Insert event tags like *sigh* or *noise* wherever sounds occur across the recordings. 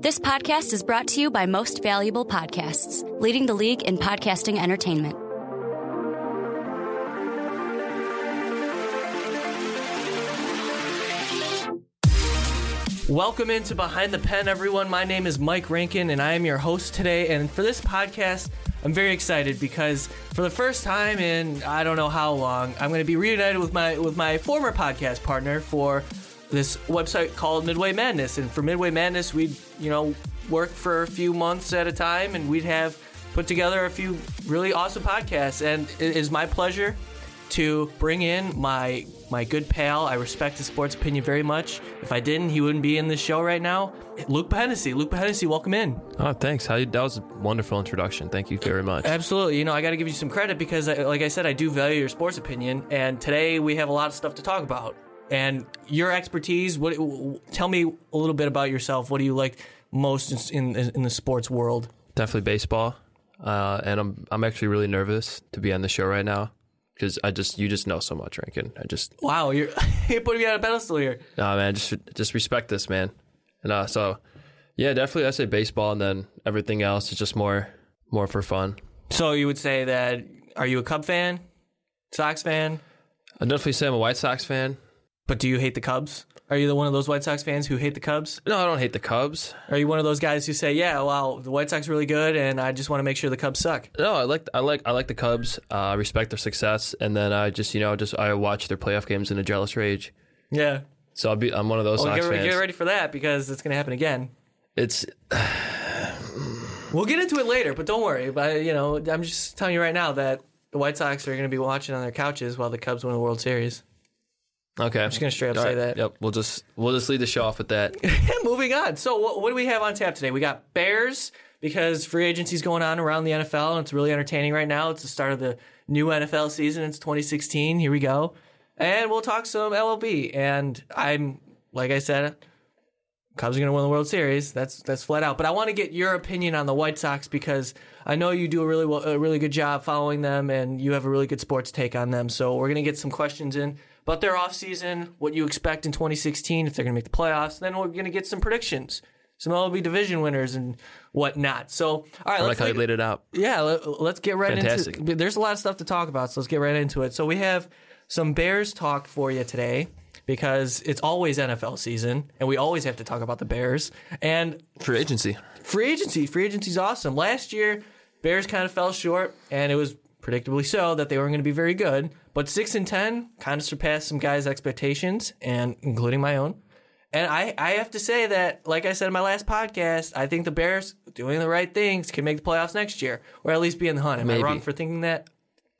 This podcast is brought to you by Most Valuable Podcasts, leading the league in podcasting entertainment. Welcome into Behind the Pen, everyone. My name is Mike Rankin, and I am your host today. And for this podcast, I'm very excited because for the first time in I don't know how long, I'm going to be reunited with my with my former podcast partner for this website called Midway Madness. And for Midway Madness, we'd you know work for a few months at a time, and we'd have put together a few really awesome podcasts. And it is my pleasure to bring in my my good pal. I respect his sports opinion very much. If I didn't, he wouldn't be in this show right now. Luke Hennessy. Luke Hennessy, welcome in. Oh, thanks. How you, that was a wonderful introduction. Thank you very much. Absolutely. You know, I got to give you some credit because, I, like I said, I do value your sports opinion. And today we have a lot of stuff to talk about. And your expertise. What? w- Tell me a little bit about yourself. What do you like most in in, in the sports world? Definitely baseball. Uh, and I'm I'm actually really nervous to be on the show right now because I just you just know so much, Rankin. I just Wow, you're, *laughs* you're putting me on a pedestal here. nah, man, just just respect this man. And uh, so yeah, definitely I say baseball, and then everything else is just more more for fun. So you would say that? Are you a Cub fan? Sox fan? I definitely say I'm a White Sox fan. But do you hate the Cubs? Are you the one of those White Sox fans who hate the Cubs? No, I don't hate the Cubs. Are you one of those guys who say, "Yeah, wow, the White Sox are really good, and I just want to make sure the Cubs suck"? No, I like I like I like the Cubs. Uh, I respect their success, and then I just you know just I watch their playoff games in a jealous rage. Yeah. So I'll be I'm one of those Well, Sox Oh, get, fans. get ready for that because it's going to happen again. It's We'll get into it later, but don't worry. But you know, I'm just telling you right now that the White Sox are going to be watching on their couches while the Cubs win the World Series. Okay, I'm just gonna straight up say that. Yep, we'll just we'll just lead the show off *laughs* with that. Moving on. So, what, what do we have on tap today? We got Bears because free agency's going on around the NFL, and it's really entertaining right now. It's the start of the new NFL season. It's 2016. Here we go, and we'll talk some LLB. And I'm like I said, Cubs are going to win the World Series. That's that's flat out. But I want to get your opinion on the White Sox because I know you do a really well, a really good job following them, and you have a really good sports take on them. So we're going to get some questions in about their offseason, what you expect in 2016, if they're going to make the playoffs. Then we're going to get some predictions, some LB division winners and whatnot. So all right, I like let's how you lead- laid it out. yeah, let, us get right Fantastic. into. There's a lot of stuff to talk about, so let's get right into it. So we have some Bears talk for you today because it's always NFL season, and we always have to talk about the Bears and Free agency. free agency. Free agency's awesome. Last year, Bears kind of fell short, and it was predictably so that they weren't going to be very good. But six and ten kind of surpassed some guys' expectations, and including my own. And I, I have to say that, like I said in my last podcast, I think the Bears doing the right things can make the playoffs next year, or at least be in the hunt. Am Maybe. I wrong for thinking that?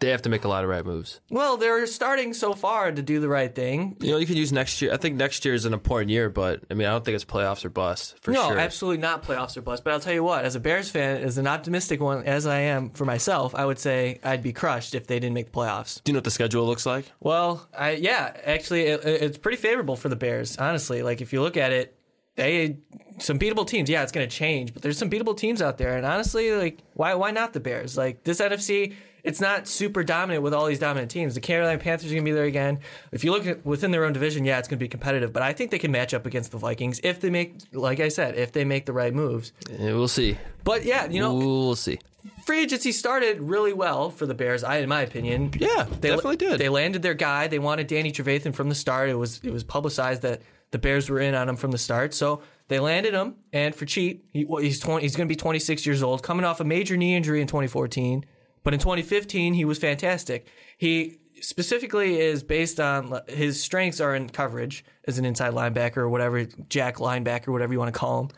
They have to make a lot of right moves. Well, they're starting so far to do the right thing. You know, you can use next year. I think next year is an important year, but I mean, I don't think it's playoffs or bust for no, sure. absolutely not playoffs or bust. But I'll tell you what, as a Bears fan, as an optimistic one as I am for myself, I would say I'd be crushed if they didn't make the playoffs. Do you know what the schedule looks like? Well, I yeah, actually, it, it- it's pretty favorable for the Bears. Honestly, like if you look at it, they some beatable teams. Yeah, it's going to change, but there's some beatable teams out there. And honestly, like why why not the Bears? Like this NFC, it's not super dominant with all these dominant teams. The Carolina Panthers are going to be there again. If you look at, within their own division, yeah, it's going to be competitive. But I think they can match up against the Vikings if they make, like I said, if they make the right moves. Eh, We'll see. But yeah, you know, we'll see. free agency started really well for the Bears. I, in my opinion, Yeah, they definitely did. They landed their guy. They wanted Danny Trevathan from the start. It was it was publicized that the Bears were in on him from the start. So they landed him, and for cheap, he, well, he's 20, he's going to be 26 years old, coming off a major knee injury in 2014. But in 2015, he was fantastic. He specifically is based on his strengths are in coverage as an inside linebacker or whatever, jack linebacker, whatever you want to call him.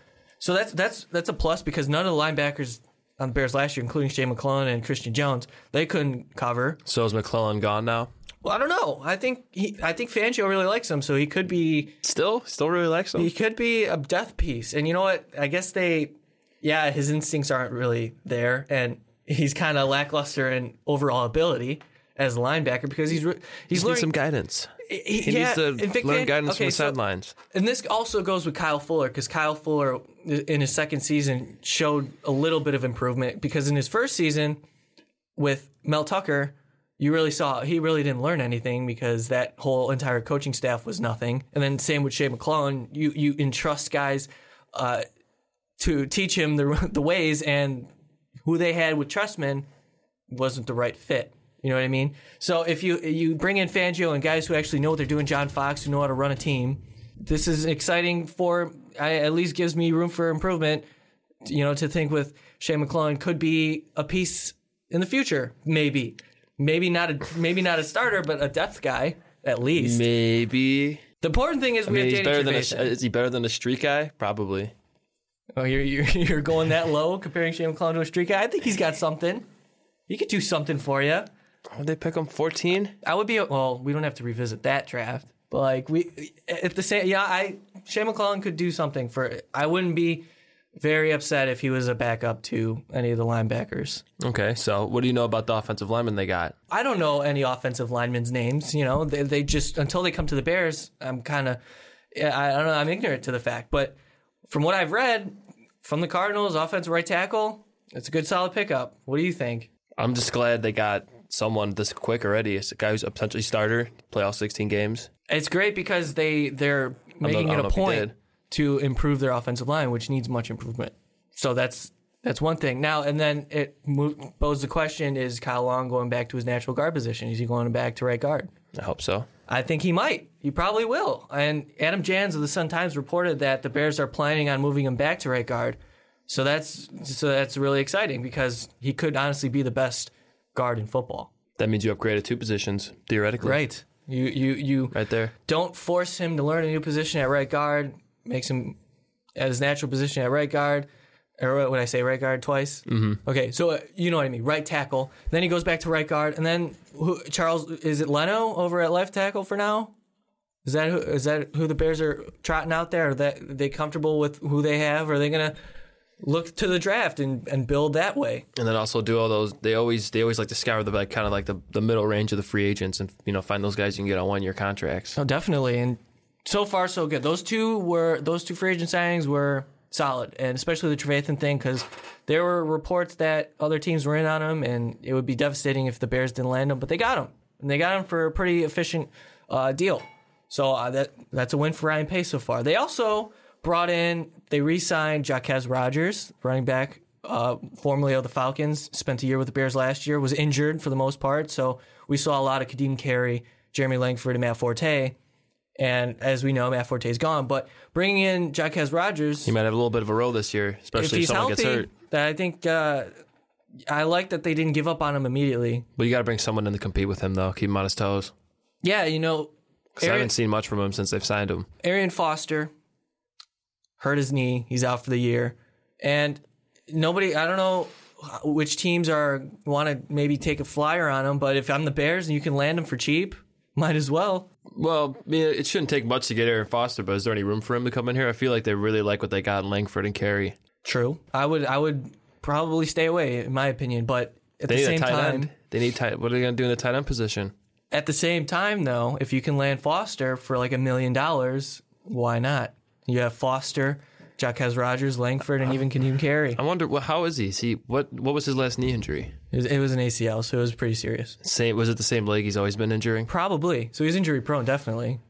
So that's that's that's a plus because none of the linebackers on the Bears last year, including Shea McClellan and Christian Jones, they couldn't cover. So is McClellan gone now? Well, I don't know. I think he, I think Fangio really likes him, so he could be Still, still really likes him. he could be a death piece. And you know what? I guess they, yeah, his instincts aren't really there, and he's kind of lackluster in overall ability as a linebacker because he's re- he's He needs learning. some guidance. he, He yeah, needs to and Vic learn Fan- guidance from okay, the so- sidelines. and this also goes with Kyle Fuller because Kyle Fuller in his second season showed a little bit of improvement because in his first season with Mel Tucker, you really saw he really didn't learn anything because that whole entire coaching staff was nothing. And then same with Shea McClellan, you you entrust guys uh, to teach him the *laughs* the ways and who they had with Trustman wasn't the right fit. You know what I mean? So if you you bring in Fangio and guys who actually know what they're doing, John Fox who know how to run a team, this is exciting for I, at least gives me room for improvement. You know, to think with Shane McClellan could be a piece in the future, maybe, maybe not a maybe not a starter, but a depth guy at least. Maybe. The important thing is I we mean, he's have Danny better than a, Trevathan. is he better than a street guy? Probably. Oh, you're, you're *laughs* you're going that low comparing Shane McClellan to a street guy. I think he's got something. He could do something for you. Would they pick him 14? I would be well. We don't have to revisit that draft, but like we at the same. Yeah, I Shane McClellan could do something for. I wouldn't be very upset if he was a backup to any of the linebackers. Okay, so what do you know about the offensive lineman they got? I don't know any offensive linemen's names. You know, they, they just until they come to the Bears, I'm kind of I, I don't know. I'm ignorant to the fact, but from what I've read from the Cardinals, offensive right tackle, it's a good solid pickup. What do you think? I'm just glad they got someone this quick already. It's a guy who's a potentially starter, play all 16 games. It's great because they they're don't- making I don't it know a if he point did. to improve their offensive line, which needs much improvement. So that's that's one thing. Now and then it mo- poses the question: Is Kyle Long going back to his natural guard position? Is he going back to right guard? I hope so. I think he might. He probably will. And Adam Jans of the Sun Times reported that the Bears are planning on moving him back to right guard. So that's so that's really exciting because he could honestly be the best guard in football. That means you upgraded two positions, theoretically. Right. You you you Right there. don't force him to learn a new position at right guard. Makes him at his natural position at right guard. Or what would I say? Right guard twice. Mm-hmm. Okay, so uh, you know what I mean. Right tackle. Then he goes back to right guard, and then who, Charles is it Leno over at left tackle for now? Is that who, is that who the Bears are trotting out there? Are that are they comfortable with who they have? are they gonna look to the draft and, and build that way? And then also do all those. They always they always like to scour the like, kind of like the, the middle range of the free agents and you know find those guys you can get on one year contracts. Oh, definitely. And so far, so good. Those two were those two free agent signings were solid, and especially the Trevathan thing because there were reports that other teams were in on him, and it would be devastating if the Bears didn't land him. But they got him, and they got him for a pretty efficient uh, deal. So uh, that that's a win for Ryan Pace so far. They also brought in they re-signed Jaquez Rogers, running back. Uh, formerly of the Falcons, spent a year with the Bears last year, was injured for the most part. So we saw a lot of Kadeem Carey, Jeremy Langford, and Matt Forte. And as we know, Matt Forte's gone. But bringing in Jaquez Rogers, He might have a little bit of a role this year, if especially if, he's someone gets healthy, hurt. that I think uh, I like that they didn't give up on him immediately. But you got to bring someone in to compete with him though. Keep him on his toes. Yeah, you know, 'Cause I Arian, haven't seen much from him since they've signed him. Arian Foster hurt his knee; he's out for the year. And nobody, I don't know which teams are want to maybe take a flyer on him, but if I'm the Bears and you can land him for cheap, might as well. Well, I mean, it shouldn't take much to get Aaron Foster, but is there any room for him to come in here? I feel like they really like what they got in Langford and Carey. True, I would, I would probably stay away, in my opinion. But at They the need a same tight time. end. They need tight. What are they going to do in the tight end position? At the same time, though, if you can land Foster for like a million dollars, why not? You have Foster, Jaquez Rogers, Langford, and even Kadeem Carey. I wonder. Well, how is he? Is he what? What was his last knee injury? It was, it was an ACL, so it was pretty serious. Same. Was it the same leg he's always been injuring? Probably. So he's injury prone, definitely.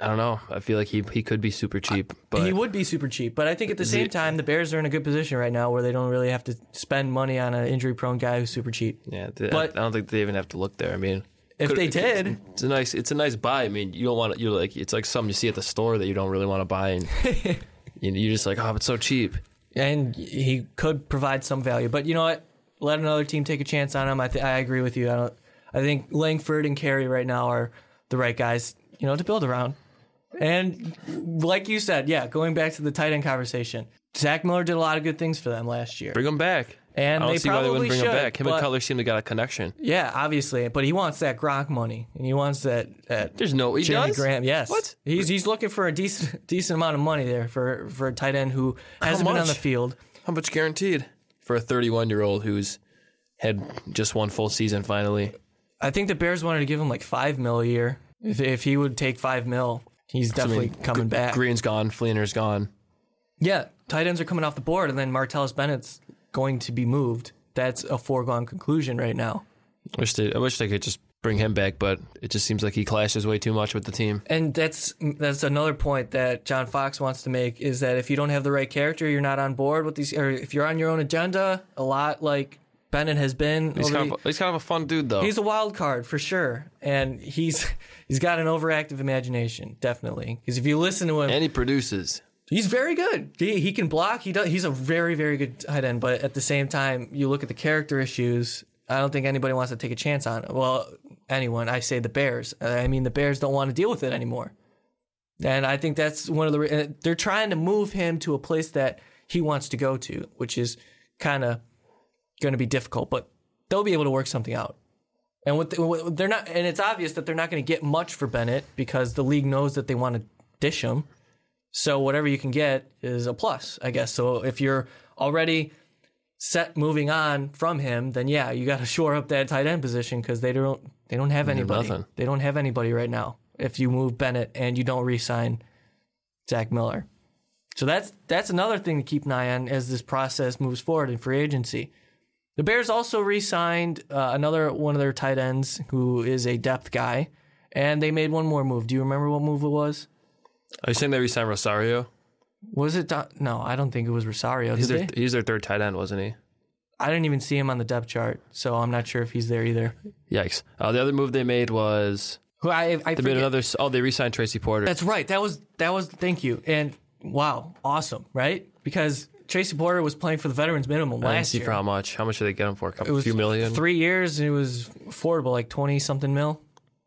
I don't know. I feel like he he could be super cheap, but he would be super cheap, but I think at the same time, the Bears are in a good position right now where they don't really have to spend money on an injury prone guy who's super cheap. yeah, th- but- I don't think they even have to look there. I mean, If could- they it- did, it's a nice it's a nice buy. I mean, you don't want to, you're like it's like something you see at the store that you don't really want to *laughs* buy, and you know, you're just like, oh, it's so cheap. and he could provide some value. But you know what? Let another team take a chance on him. I th- I agree with you. I don't. I think Langford and Carey right now are the right guys, you know, to build around. And like you said, yeah, going back to the tight end conversation, Zach Miller did a lot of good things for them last year. Bring him back. And I don't they see why they probably wouldn't bring him should, back. Him but- and Cutler seem to got a connection. Yeah, obviously, but he wants that Gronk money, and he wants that that There's no he Jimmy does? Graham. Yes, What? he's he's looking for a decent *laughs* decent amount of money there for for a tight end who hasn't been on much? the field. How much guaranteed for a 31 year old who's had just one full season finally? I think the Bears wanted to give him like five mil a year. If, if he would take five mil, he's definitely coming Gr- back. Green's gone, Fleener's gone. Yeah, tight ends are coming off the board, and then Martellus Bennett's going to be moved. That's a foregone conclusion right now. Wish they, I wish they could just bring him back, but it just seems like he clashes way too much with the team. And that's that's another point that John Fox wants to make is that if you don't have the right character, you're not on board with these, or if you're on your own agenda, a lot like Bennett has been. He's over kind, the- of, he's kind of a fun dude, though. he's a wild card for sure, and he's *laughs* he's got an overactive imagination, definitely. Because if you listen to him, and he produces. he's very good. He, he can block. He does. He's a very very good tight end. But at the same time, you look at the character issues. I don't think anybody wants to take a chance on. Well, anyone. I say the Bears. I mean, the Bears don't want to deal with it anymore. And I think that's one of the. re- and They're trying to move him to a place that he wants to go to, which is kind of going to be difficult. But they'll be able to work something out. And what, they, what they're not, and it's obvious that they're not going to get much for Bennett because the league knows that they want to dish him. So whatever you can get is a plus, I guess. So if you're already set moving on from him, then yeah, you got to *laughs* shore up that tight end position because they don't they don't have anybody. nothing. They don't have anybody right now. If you move Bennett and you don't re-sign Zach Miller, so that's that's another thing to keep an eye on as this process moves forward in free agency. The Bears also re-signed uh, another one of their tight ends who is a depth guy, and they made one more move. Do you remember what move it was? Are Oh, you saying they resigned Rosario? Was it Don- no? I don't think it was Rosario. He's did their, they? he's their third tight end, wasn't he? I didn't even see him on the depth chart, so I'm not sure if he's there either. Yikes. Uh, the other move they made was Who I, I they made forget- another. Oh, they re-signed Tracy Porter. That's right. That was that was thank you and wow, awesome, right? Because Tracy Porter was playing for the veterans minimum I didn't last see year. for how much. How much did they get him for? A couple, it was few million. three years. and It was affordable, like twenty something mil.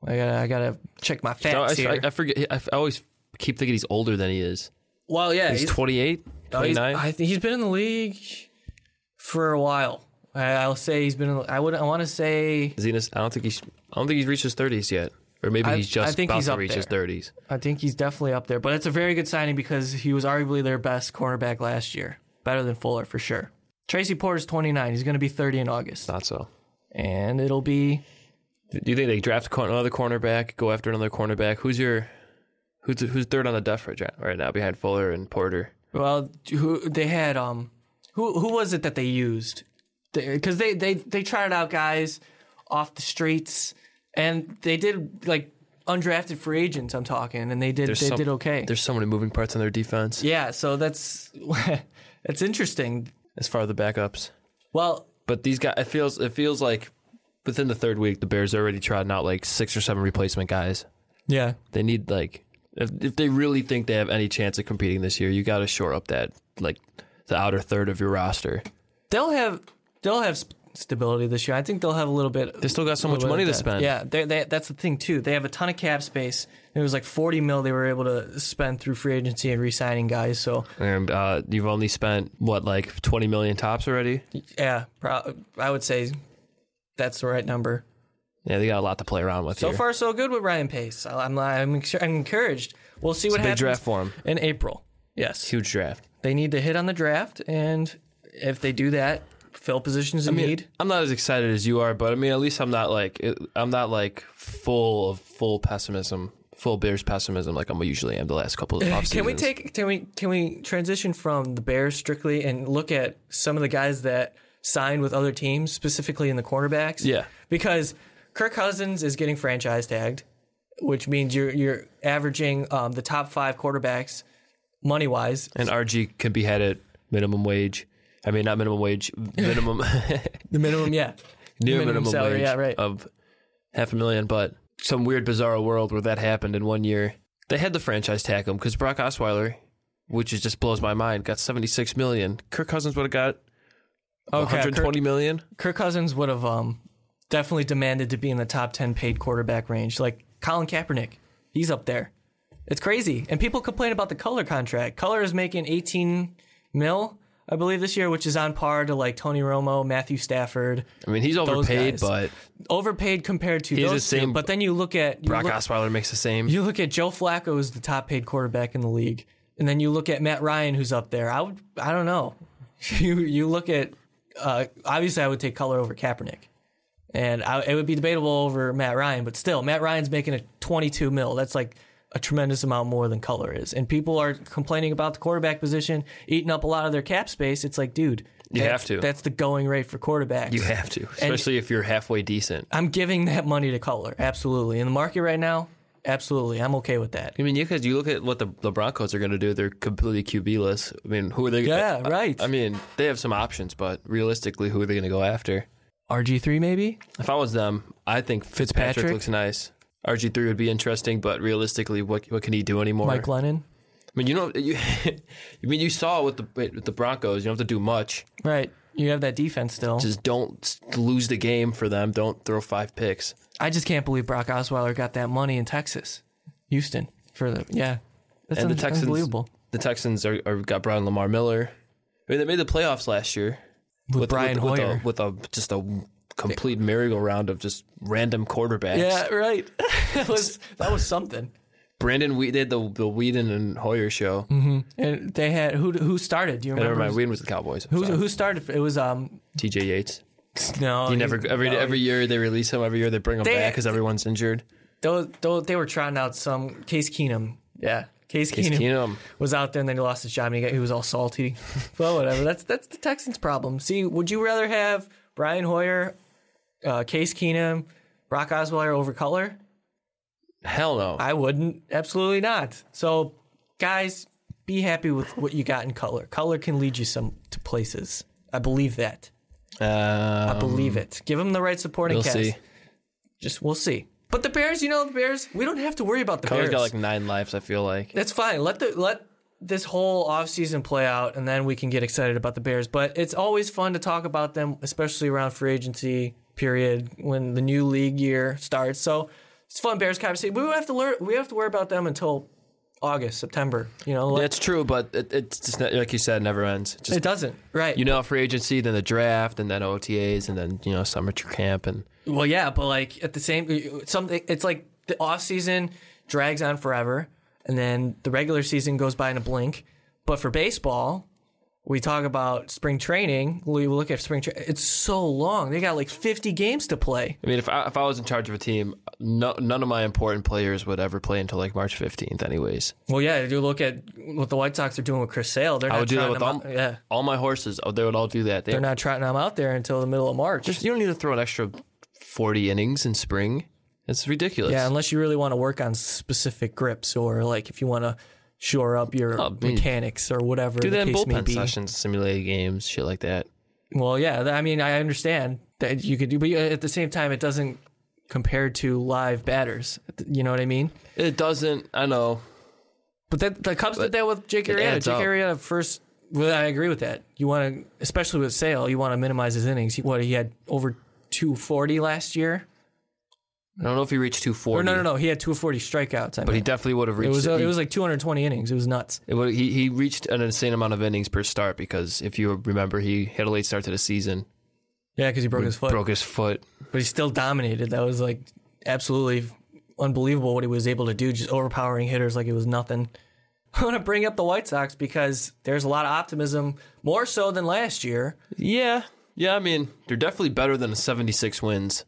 I gotta I gotta check my No, I, facts I, here. I forget. I, I always keep thinking he's older than he is. well, yeah, He's he's- 28, Oh, he's- 29. I think he's been in the league for a while. I, I'll say he's been. in the- I would. I want to say. Is he in his- I don't think he's. I don't think he's reached his 30s yet, or maybe I- he's I just think about he's to up reach his there. 30s. I think he's definitely up there, but it's a very good signing because he was arguably their best cornerback last year, better than Fuller for sure. Tracy Porter's 29. He's going to be 30 in August, Not so. and it'll be Do you think they draft a cor- another cornerback? Go after another cornerback? Who's your? Who's who's third on the depth chart right now behind Fuller and Porter? well. Who they had? Um, who who was it that they used? Because they, they they tried out guys off the streets, and they did like undrafted free agents. I'm talking, and they did they some- did okay. There's so many moving parts on their defense Yeah, so that's *laughs* that's interesting. as far as the backups. Well, But these guys, it feels it feels like within the third week, the Bears are already trotting out like six or seven replacement guys. yeah, They need like if, if they really think they have any chance of competing this year, you got to shore up that like the outer third of your roster. they'll have they'll have sp- stability this year. I think they'll have a little bit. They still got so much little money bit to of depth. spend. Yeah, they, they, that's the thing too. They have a ton of cap space. It was like forty mil they were able to spend through free agency and re-signing guys. So And uh, you've only spent what like 20 million tops already. yeah, pro- I would say that's the right number. Yeah, they got a lot to play around with. So here. far, so good with Ryan Pace. I- I'm I'm, I'm encouraged. We'll see what big happens. draft for him. in April. Yes, huge draft. they need to hit on the draft, and if they do that, fill positions in I mean, need. I'm not as excited as you are, but I mean, at least I'm not like it- I'm not like full of full pessimism, full Bears pessimism, like I'm usually am the last couple of off *laughs* Can we take? Can we? Can we transition from the Bears strictly and look at some of the guys that signed with other teams, specifically in the cornerbacks? Yeah. because Kirk Cousins is getting franchise tagged, which means you're you're averaging um, the top five quarterbacks money wise. And RG can be had at minimum wage. I mean, not minimum *laughs* wage, minimum *laughs* The minimum, yeah, near Minimum minimum, salary, wage Uh, yeah, right. of half a million, but some weird bizarre world where that happened in one year. They had the franchise tag him because Brock Osweiler, which is just blows my mind, got seventy six million. Kirk Cousins would have got one okay. hundred Kirk, twenty million. Kirk Cousins would have um, definitely demanded to be in the top ten paid quarterback range, like Colin Kaepernick. He's up there. It's crazy. And people complain about the color contract. Color is making 18 mil, I believe, this year, which is on par to like Tony Romo, Matthew Stafford. I mean, he's overpaid, guys. but Overpaid compared to the those two. same- But then you look at you Brock look, Osweiler makes the same. you look at Joe Flacco as the top paid quarterback in the league, and then you look at Matt Ryan who's up there. I would I don't know. *laughs* You you look at uh, obviously I would take color over Kaepernick, and I, it would be debatable over Matt Ryan, but still Matt Ryan's making a 22 mil. That's like a tremendous amount more than color is, and people are complaining about the quarterback position eating up a lot of their cap space. It's like, dude, You have to. That's the going rate for quarterbacks. You have to, especially if you're halfway decent. I'm giving that money to Cutler. Absolutely. In the market right now, absolutely. I'm okay with that. I mean, because you look at what the, the Broncos are going to do, they're completely QB-less. I mean, who are they? Yeah, I- right. I mean, they have some options, but realistically, who are they going to go after? RG3 maybe? If I was them, I think Fitzpatrick, Fitzpatrick? looks nice. RG three would be interesting, but realistically, what what can he do anymore? Mike Lennon? I mean, you know, you, *laughs* I mean, you saw with the with the Broncos, you don't have to do much. Right. You have that defense still. Just don't s- lose the game for them. Don't throw five picks. I just can't believe Brock Osweiler got that money in Texas, Houston for the yeah. That's and the un- Texans, unbelievable the Texans are, are got Brian Lamar Miller. I mean, they made the playoffs last year with, Brian with, Hoyer. a, with a just a complete merry-go-round of just random quarterbacks. yeah, right. *laughs* that was that was something. Brandon, we did the the Whedon and Hoyer show. Mm-hmm. And they had who who started? Do you I Never remember? mind, Whedon was the Cowboys. I'm who sorry. who started? It was um T.J. Yates. no. He never every every year they release him. Every year they bring him They- back because everyone's injured. Those, those, they were trying out some Case Keenum. Yeah, Case, Case Keenum. Keenum. was out there and then he lost his job and he, got, he was all salty. *laughs* well, whatever. That's that's the Texans' problem. See, would you rather have Brian Hoyer, uh, Case Keenum, Brock Osweiler over Cutler? Hell no. I wouldn't. Absolutely not. So, guys, be happy with what you got in Cutler. Cutler can lead you some to places. I believe that. Uh, I believe it. Give him the right supporting we'll cast. see. Just we'll see. But the Bears, you know, the Bears, we don't have to worry about the Cutler's Bears. got like nine lives. I feel like That's fine. Let the let this whole offseason play out and then we can get excited about the Bears. But it's always fun to talk about them, especially around free agency period when the new league year starts. So it's fun Bears conversation. We don't have to learn we have to worry about them until August, September. You know, like, that's true, but it, it's just not, like you said, it never ends. It Just it doesn't. Right. you know, free agency, then the draft, and then OTAs, and then you know, summer tr- camp, and Well, yeah, but like at the same something, it's like the off season drags on forever, and then the regular season goes by in a blink. But for baseball, we talk about spring training. We look at spring. Tra- it's so long; they got like fifty games to play. I mean, if I, if I was in charge of a team, no, none of my important players would ever play until like March fifteenth, anyways. Well, yeah, you look at what the White Sox are doing with Chris Sale. They're I not would do that trotting with um him all, out- yeah, all my horses. Oh, they would all do that. They, they're not trotting them out there until the middle of March. you don't need to throw an extra forty innings in spring. It's ridiculous. yeah, unless you really want to work on specific grips or like if you want to shore up your Oh, dude. mechanics or whatever. do the that in case may bullpen be. sessions, simulated games, shit like that. Well, yeah, th- I mean, I understand that you could do, but uh, at the same time, it doesn't compare to live batters. You know what I mean? It doesn't. I know. But that the Cubs did that with Jake it Arrieta. adds Jake up. Arrieta first. Well, I agree with that. You want to, especially with Sale, you want to minimize his innings. He, what he had over 240 last year. I don't know if he reached two Or forty. no, no, no, he had 240 strikeouts. I But he meant. definitely would have reached. it was uh, he, it was like 220 innings. It was nuts. it would- he, he reached an insane amount of innings per start because if you remember, he had a late start to the season, Yeah, because he broke his foot, broke his foot. but he still dominated. That was like absolutely unbelievable what he was able to do, just overpowering hitters like it was nothing. *laughs* I want to bring up the White Sox because there's a lot of optimism, more so than last year. Yeah, yeah. I mean, they're definitely better than seventy six wins.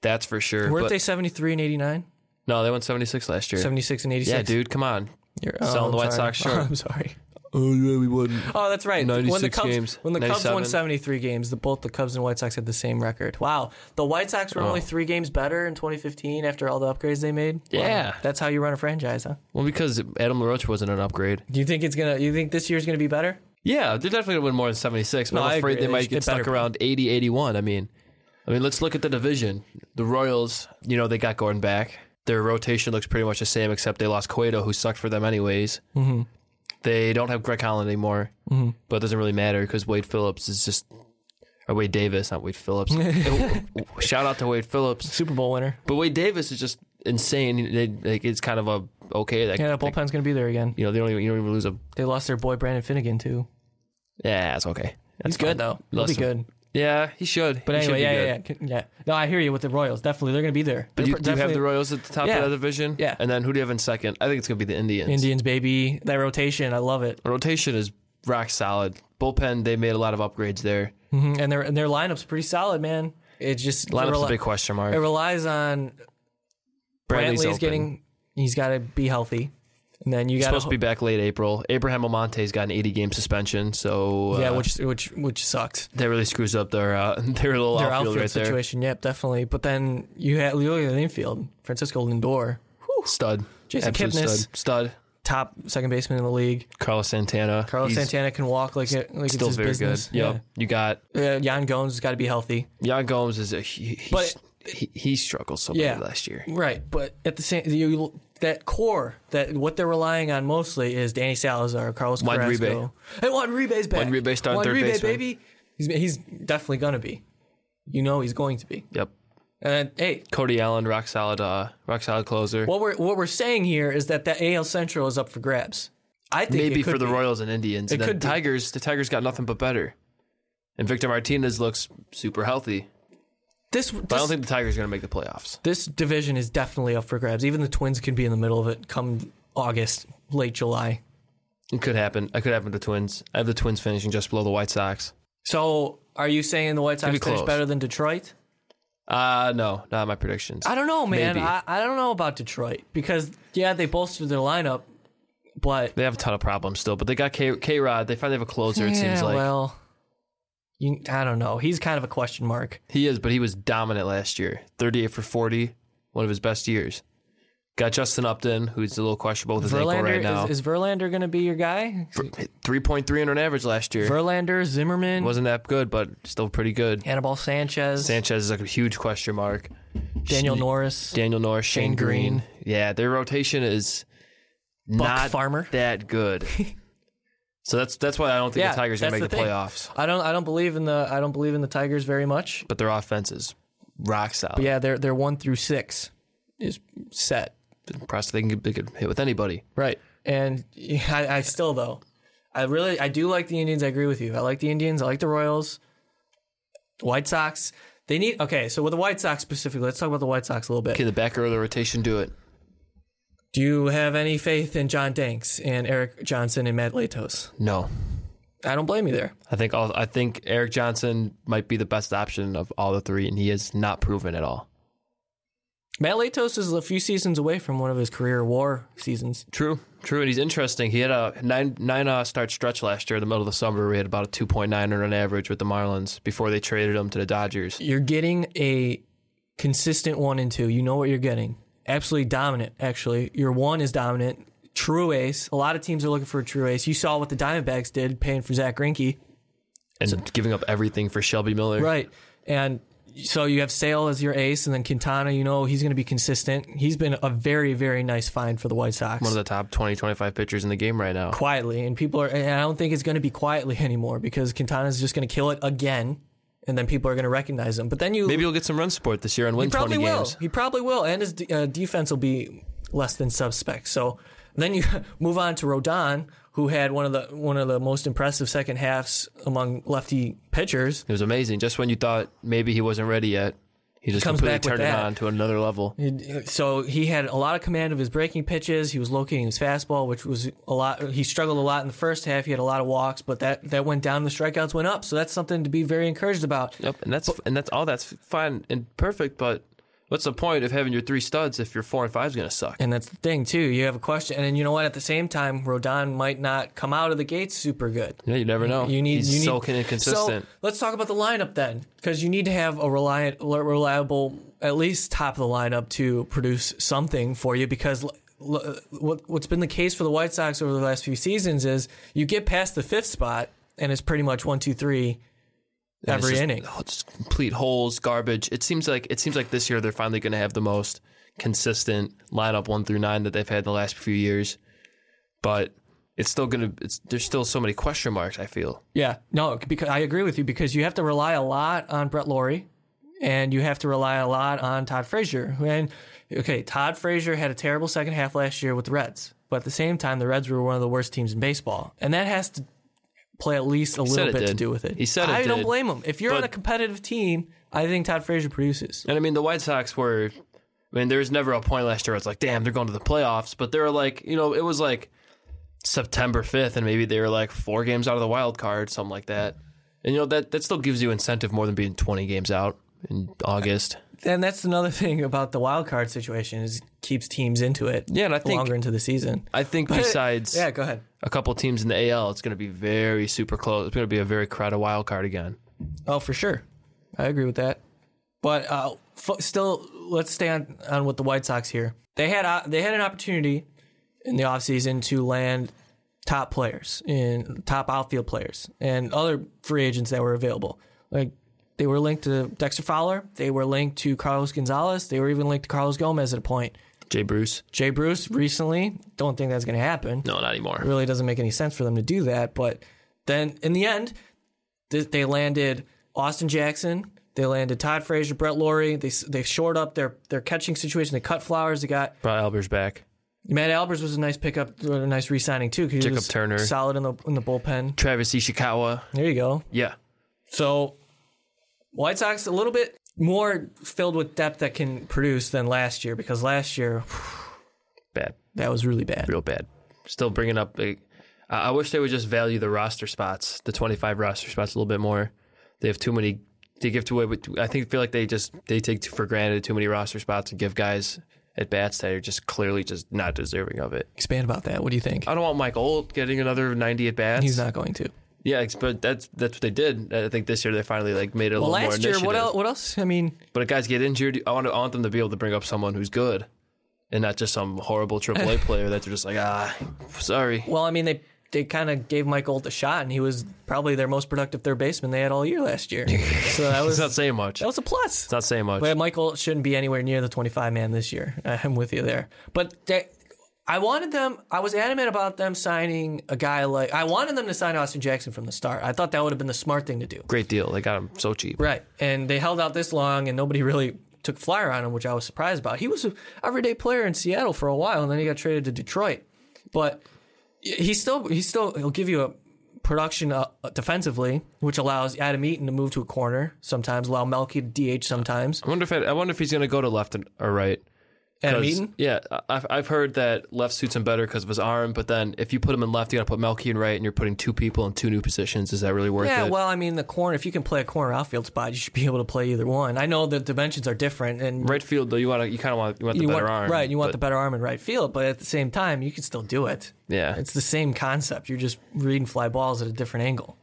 That's for sure. Weren't but- they 73 and 89? No, they won seventy six last year. 76 and 86? yeah, dude, come on. You're, Selling the White sorry. Sox short. *laughs* I'm *laughs* sorry. Oh yeah, we won. Oh, that's right. When the 96 Cubs, games, When the Cubs won 97. 73 games, the, both the Cubs and White Sox had the same record. Wow. The White Sox were Oh. only three games better in 2015 after all the upgrades they made. Wow. Yeah. That's how you run a franchise, huh? Well, because Adam LaRoche wasn't an upgrade. Do you think it's going to, you think this year's going to be better? Yeah, they're definitely going to win more than 76, but No, I I'm afraid agree. they might They get stuck better- around 80, 81. I mean, I mean, let's look at the division. The Royals, you know, they got Gordon back. Their rotation looks pretty much the same, except they lost Cueto, who sucked for them anyways. Mm-hmm. They don't have Greg Holland anymore, mm-hmm. but it doesn't really matter because Wade Phillips is just, or Wade Davis, not *laughs* Wade Phillips. Shout out to Wade Phillips. Super Bowl winner. But Wade Davis is just insane. They, like, it's kind of a, okay, that, Yeah, that bullpen's going to be there again. you know, they don't even, you don't even lose a, They lost their boy Brandon Finnegan too. yeah, it's okay. He's That's good fine. though. He'll Lost be him. good. Yeah, he should. But He should anyway, be yeah, good. yeah, yeah, yeah. No, I hear you with the Royals. Definitely, they're going to be there. But They're you, do you have definitely- the Royals at the top Yeah. of that division? Yeah. And then who do you have in second? I think it's going to be the Indians. Indians, baby. That rotation, I love it. The rotation is rock solid. Bullpen, they made a lot of upgrades there. Mhm. And their and their lineup's pretty solid, man. It just Mm-hmm. Lineup's reli- a big question mark. it relies on Brantley's Brantley's open. getting. He's got to be healthy. And then you got supposed to be back late April. Abraham Almonte's got an 80 game suspension, so uh, yeah, which which which sucked. that really screws up their uh, *laughs* their little Their outfield outfield right there. situation, yep, definitely. But then you had you look at the infield, Francisco Lindor, Stud, Jason absolute Kipnis. stud, stud. top second baseman in the league. Carlos Santana, Carlos He's Santana can walk like it, like still it's his very business. good. Yep, you got Yeah. Uh, Jan Gomes has got to be healthy. Jan Gomes is a he, he, But- he, he struggled so bad Yeah. last year. Right, but at the same, you, you- that core that what they're relying on mostly is Danny Salazar, Carlos Juan Carrasco, and Juan Ribe's back. Uribe starting Juan third Uribe, baseman. baby. He's he's definitely gonna be. You know he's going to be. Yep, And hey, Cody Allen, rock solid, uh, rock solid closer. what we're what we're saying here is that that AL Central is up for grabs. I think Maybe it could for the be. Royals and Indians. and then could be. Tigers, the Tigers got nothing but better. And Victor Martinez looks super healthy. This But I this, don't think the Tigers are going to make the playoffs. this division is definitely up for grabs. Even the Twins can be in the middle of it come August, late July. It could happen. It could happen to the Twins. I have the Twins finishing just below the White Sox. So, are you saying the White Sox be finish close. better than Detroit? Uh no, not my predictions. I don't know, man. Maybe. I, I don't know about Detroit because yeah, they bolstered their lineup, but They have a ton of problems still, but they got K K Rod. They finally have a closer. it Yeah, seems like well, you, I don't know. He's kind of a question mark. he is, but he was dominant last year. Thirty-eight for forty, one of his best years. Got Justin Upton, who's a little questionable with his ankle Verlander right now. is, is Verlander going to be your guy? Three point three on an average last year. Verlander, Zimmerman, Wasn't that good, but still pretty good. Hannibal Sanchez, Sanchez is like a huge question mark. Daniel Sh- Norris. Daniel Norris, Shane, Shane Green. Green. Yeah, their rotation is not Farmer. *laughs* that good. so that's that's why I don't think Yeah, the Tigers that's are gonna make the the, thing. playoffs. I don't I don't believe in the I don't believe in the Tigers very much. But their offense is rock solid. But yeah, they're they're one through six is set. Impressed they can they could hit with anybody. Right. And *laughs* yeah, I, I still though, I really I do like the Indians. I agree with you. I like the Indians. I like the Royals. The White Sox. They need okay. So with the White Sox specifically, let's talk about the White Sox a little bit. Can the back row of the rotation do it? Do you have any faith in John Danks and Eric Johnson and Matt Latos? No. I don't blame you there. I think all I think Eric Johnson might be the best option of all the three, and he is not proven at all. Matt Latos is a few seasons away from one of his career WAR seasons. True, true, and he's interesting. He had a nine nine uh, start stretch last year in the middle of the summer. We had about a two point nine on average with the Marlins before they traded him to the Dodgers. You're getting a consistent one and two. You know what you're getting. Absolutely dominant, actually. Your one is dominant. True ace. A lot of teams are looking for a true ace. You saw what the Diamondbacks did paying for Zach Greinke. and giving up everything for Shelby Miller. Right. And so you have Sale as your ace, and then Quintana, you know, he's going to be consistent. He's been a very, very nice find for the White Sox. One of the top 20, 25 pitchers in the game right now. quietly, and people are. And I don't think it's going to be quietly *laughs* anymore because Quintana's just going to kill it again, and then people are going to recognize him. But then you Maybe he'll get some run support this year and win he probably 20 will. games. He probably will, and his de- uh, defense will be less than suspect. So then you *laughs* move on to Rodon, who had one of the one of the most impressive second halves among lefty pitchers. It was amazing. Just when you thought maybe he wasn't ready yet, he just comes completely back with turned it that. on to another level. So he had a lot of command of his breaking pitches. He was locating his fastball, which was a lot. He struggled a lot in the first half. He had a lot of walks, but that that went down. The strikeouts went up. So that's something to be very encouraged about. Yep, and that's and that's all that's fine and perfect, but what's the point of having your three studs if your four and five is going to suck? And that's the thing too. You have a question, and then you know what? At the same time, Rodon might not come out of the gate super good. Yeah, you never know. You need He's you need, so inconsistent. So let's talk about the lineup then, because you need to have a reliant, reliable, at least top of the lineup to produce something for you. Because l- l- what what's been the case for the White Sox over the last few seasons is you get past the fifth spot, and it's pretty much one, two, three And it's every just- inning. oh, just complete holes, garbage. It seems like it seems like this year they're finally going to have the most consistent lineup one through nine that they've had in the last few years, but it's still going to. There's still so many question marks. I feel Yeah, no, because I agree with you because you have to rely a lot on Brett Laurie, and you have to rely a lot on Todd Frazier. who- And okay, Todd Frazier had a terrible second half last year with the Reds, but at the same time, the Reds were one of the worst teams in baseball, and that has to play at least a little it bit to did. do with it. He said it I don't did, blame him. If you're on but- a competitive team, I think Todd Frazier produces. and I mean the White Sox were. I mean, there was never a point last year where it's like, damn, they're going to the playoffs. But they were like, you know, it was like September 5th, and maybe they were like four games out of the wild card, something like that. And, you know, that, that still gives you incentive more than being 20 games out in August. and that's another *laughs* thing about the wild card situation is it keeps teams into it. Yeah, and I the think- longer into the season. I think besides yeah, go ahead. a couple teams in the AL, it's going to be very super close. It's going to be a very crowded wild card again. Oh, for sure, I agree with that. But uh, f- still, let's stay on, on with the White Sox here. They had uh, they had an opportunity in the offseason to land top players and top outfield players and other free agents that were available. Like they were linked to Dexter Fowler, they were linked to Carlos Gonzalez, they were even linked to Carlos Gomez at a point. Jay Bruce? Jay Bruce recently, don't think that's going to happen No, not anymore. it really doesn't make any sense for them to do that. But then in the end, th- they landed Austin Jackson. They landed Todd Frazier, Brett Laurie. They s- they shored up their their catching situation. They cut Flowers. They got Brought Albers back. Matt Albers was a nice pickup, a nice re-signing too. 'cause he Jacob was Turner. solid in the in the bullpen. Travis Ishikawa. There you go. Yeah. So White Sox a little bit more filled with depth that can produce than last year because last year Bad. that was really bad. Real bad. Still bringing up. Like, I I wish they would just value the roster spots, the 25 roster spots, a little bit more. They have too many. They give too away. I think feel like they just they take too for granted too many roster spots and give guys at bats that are just clearly just not deserving of it. Expand about that. What do you think? I don't want Mike Old getting another 90 at bats. He's not going to. Yeah, it's- but that's that's what they did. I think this year they finally like made it a Well, little more last year, initiative. what else? What else? I mean, But if guys get injured, I want, I want them to be able to bring up someone who's good, and not just *laughs* some horrible AAA player that they're just like, ah, sorry. Well, I mean, they they kind of gave Mike Olt a shot, and he was probably their most productive third baseman they had all year last *laughs* year. So that was It's not that saying much. It's was a plus. not saying much. But Mike Olt shouldn't be anywhere near the 25 man this year. *laughs* I'm with you there. But they, I wanted them. I was adamant about them signing a guy like I wanted them to sign Austin Jackson from the start. I thought that would have been the smart thing to do. Great deal. They got him so cheap. Right. And they held out this long and nobody really took flyer on him, which I was surprised about. He was an everyday player in Seattle for a while and then he got traded to Detroit. But he still he still he'll give you a production uh, defensively, which allows Adam Eaton to move to a corner sometimes, allow Melky to DH sometimes. I wonder if I, I wonder if he's gonna go to left and, or right. Adam 'Cause- Eaton? Yeah, I- I've, I've heard that left suits him better because of his arm. But then if you put him in left, you got to put Melky in right, and you're putting two people in two new positions. Is that really worth Yeah, it? well, I mean, the corner, if you can play a corner outfield spot, you should be able to play either one. I know the dimensions are different and right field though, you want to you kind of want you want the you better want, arm. right, you want the but- better arm in right field, but at the same time, you can still do it. yeah. It's the same concept. You're just reading fly balls at a different angle.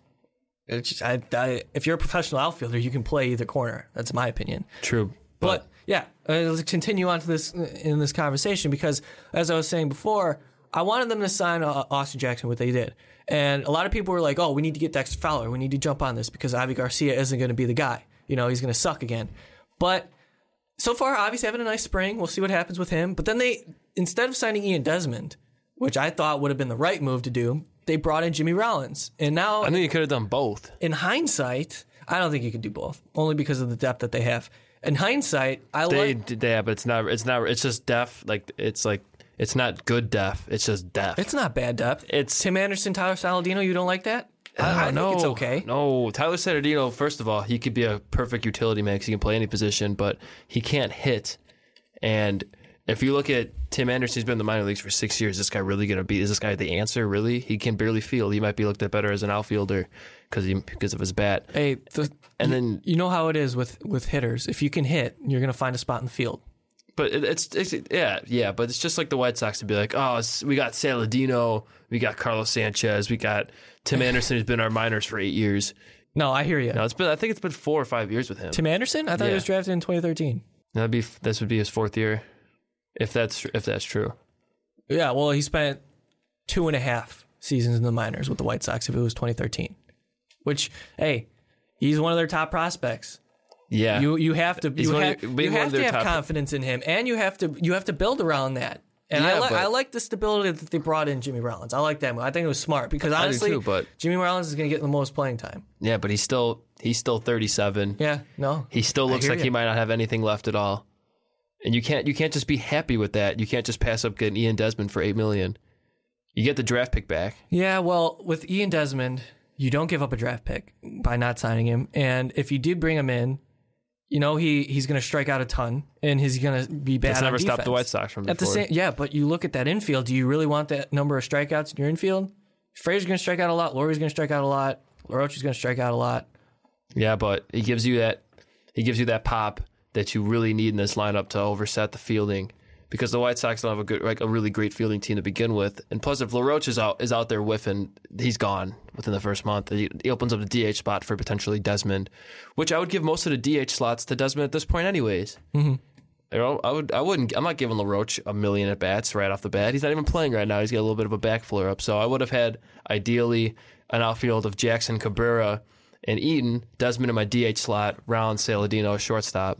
It's just, I, I, if you're a professional outfielder, you can play either corner. That's my opinion. True, But yeah, uh, let's continue on to this in this conversation because, as I was saying before, I wanted them to sign uh, Austin Jackson, what they did, and a lot of people were like, "Oh, we need to get Dexter Fowler. We need to jump on this because Ivy Garcia isn't going to be the guy. You know, he's going to suck again." But so far, Avi's having a nice spring. We'll see what happens with him. But then they, instead of signing Ian Desmond, which I thought would have been the right move to do, they brought in Jimmy Rollins, and now I think you could have done both. in hindsight, I don't think you can do both, only because of the depth that they have. In hindsight, I They like did yeah, but it's not. It's not. It's just deaf. Like it's like it's not good deaf. It's just deaf. it's not bad depth. It's- Tim Anderson, Tyler Saladino. You don't like that? think I don't know. it's okay. No, Tyler Saladino. First of all, he could be a perfect utility mix. He can play any position, but he can't hit. And if you look at Tim Anderson, he's been in the minor leagues for six years. Is this guy really gonna be? Is this guy the answer? Really? He can barely field. He might be looked at better as an outfielder because he because of his bat. Hey, the, And then, you know how it is with with hitters. If you can hit, you're going to find a spot in the field. but it, it's, it's yeah, yeah. But it's just like the White Sox to be like, oh, it's, we got Saladino, we got Carlos Sanchez, we got *laughs* Tim Anderson, who's been our minors for eight years. No, I hear you. No, it's been I think it's been four or five years with him. Tim Anderson, I thought he Yeah. was drafted in 2013. That'd be this would be his fourth year, if that's if that's true. Yeah, well, he spent two and a half seasons in the minors with the White Sox. If it was 2013, which hey, he's one of their top prospects. *laughs* Yeah, You you have to He's you, one of have, the- being you one have of to their have top- confidence in him, and you have to you have to build around that. And I, Yeah, li- but- I like the stability that they brought in Jimmy Rollins. I like that move. I think it was smart because do honestly, too, but- Jimmy Rollins is going to get the most playing time. yeah, but he's still he's still thirty seven. Yeah, no, he still I looks hear like ya. he might not have anything left at all. And you can't you can't just be happy with that. You can't just pass up getting Ian Desmond for eight million. You get the draft pick back. Yeah, well, with Ian Desmond, you don't give up a draft pick by not signing him, and if you did bring him in, you know he he's going to strike out a ton, and he's going to be bad. That's on never stopped defense. the White Sox from At the before. same, yeah, but you look at that infield. Do you really want that number of strikeouts in your infield? Frazier's going to strike out a lot. Laurie's going to strike out a lot. LaRoche's going to strike out a lot. Yeah, but he gives you that he gives you that pop. that you really need in this lineup to overset the fielding because the White Sox don't have a good, like a really great fielding team to begin with. And plus, if LaRoche is out is out there whiffing, he's gone within the first month. He, he opens up the DH spot for potentially Desmond, which I would give most of the DH slots to Desmond at this point, anyways. You know, I would, I wouldn't, I'm not giving LaRoche a million at bats right off the bat. He's not even playing right now. He's got a little bit of a back flare up. So I would have had ideally an outfield of Jackson Cabrera and Eaton, Desmond in my DH slot, Rollins, Saladino, shortstop.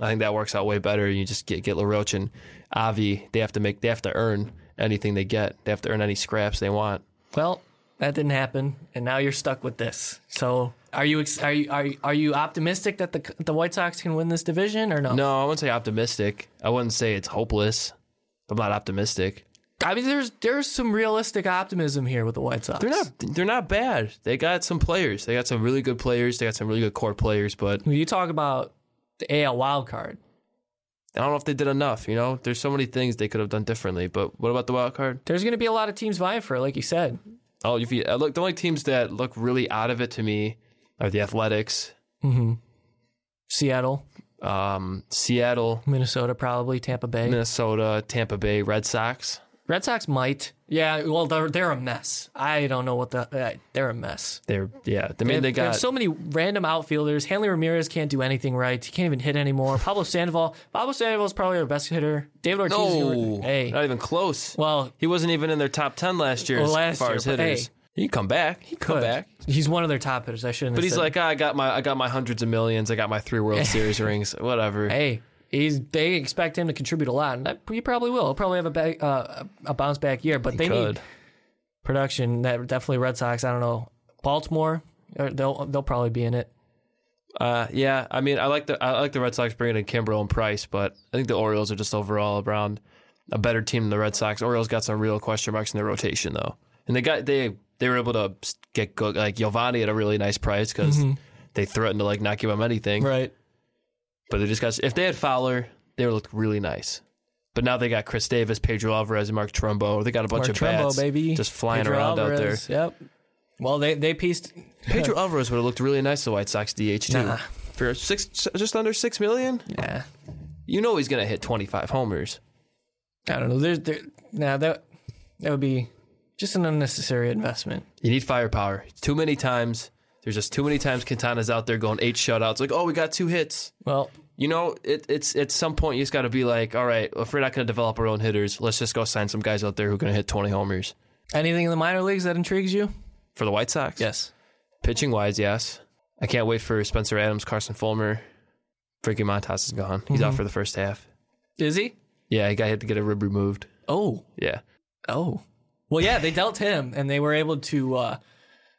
I think that works out way better. You just get get LaRoche and Avi. They have to make, they have to earn anything they get. They have to earn any scraps they want. Well, that didn't happen, and now you're stuck with this. So, are you ex- are you are you, are you optimistic that the the White Sox can win this division or no? No, I wouldn't say optimistic. I wouldn't say it's hopeless. I'm not optimistic. I mean, there's there's some realistic optimism here with the White Sox. They're not, they're not bad. They got some players. They got some really good players. They got some really good core players, but When you talk about the AL wild card, I don't know if they did enough. You know, there's so many things they could have done differently. But what about the wild card? there's going to be a lot of teams vying for it, like you said. Oh, if you, I look, the only teams that look really out of it to me are the Athletics, Seattle, um, Seattle, Minnesota, probably Tampa Bay. Minnesota, Tampa Bay, Red Sox. Red Sox might. Yeah, well, they're they're a mess. I don't know what the uh, they're a mess. They're yeah. I mean, have- they have got so many random outfielders. Hanley Ramirez can't do anything right. He can't even hit anymore. Pablo Sandoval. Pablo Sandoval is probably our best hitter. David Ortiz. is no, Uh, your- hey, not even close. well, He wasn't even in their top ten last year Well, as last far year, as but hey. hitters. he can come back. He can come good. back. He's one of their top hitters. I shouldn't. But he's like, "Ah, I got my, I got my hundreds of millions. I got my *laughs* three World Series rings. Whatever. hey, he's. They expect him to contribute a lot, and that, he probably will. He'll probably have a back, uh, a bounce back year. But they Could. need production. That definitely Red Sox. I don't know. Baltimore. uh, They'll they'll probably be in it. Uh, yeah. I mean, I like the, I like the Red Sox bringing in Kimbrel and Price, but I think the Orioles are just overall around a better team than the Red Sox. Orioles got some real question marks in their rotation though, and they got they they were able to get good, like Giovanni at a really nice price because they threatened to like not give him anything. Mm-hmm. Right. But they just got if they had Fowler, they would look really nice. But now they got Chris Davis, Pedro Alvarez, and Mark Trumbo. They got a bunch Mark of Trumbo, bats baby. just flying Pedro around Alvarez, out Yep. Well, they they pieced. there. Pedro Alvarez would have looked really nice to the White Sox DH too. Nah. For six, just under six million, Yeah. you know he's gonna hit twenty five homers. I don't know. There's there now that that would be just an unnecessary investment. You need firepower. Too many times, there's just too many times Quintana's out there going eight shutouts. Like, oh, we got two hits. Well, You know, it, it's at some point you just got to be like, all right, if we're not gonna develop our own hitters, let's just go sign some guys out there who are gonna hit twenty homers anything in the minor leagues that intrigues you? for the White Sox. Yes. Pitching wise, yes. I can't wait for Spencer Adams, Carson Fulmer. Frankie Montas is gone. He's out for the first half. Is he? Yeah, he got had to get a rib removed. Oh, Yeah. oh. Well, yeah, they dealt him, and they were able to. uh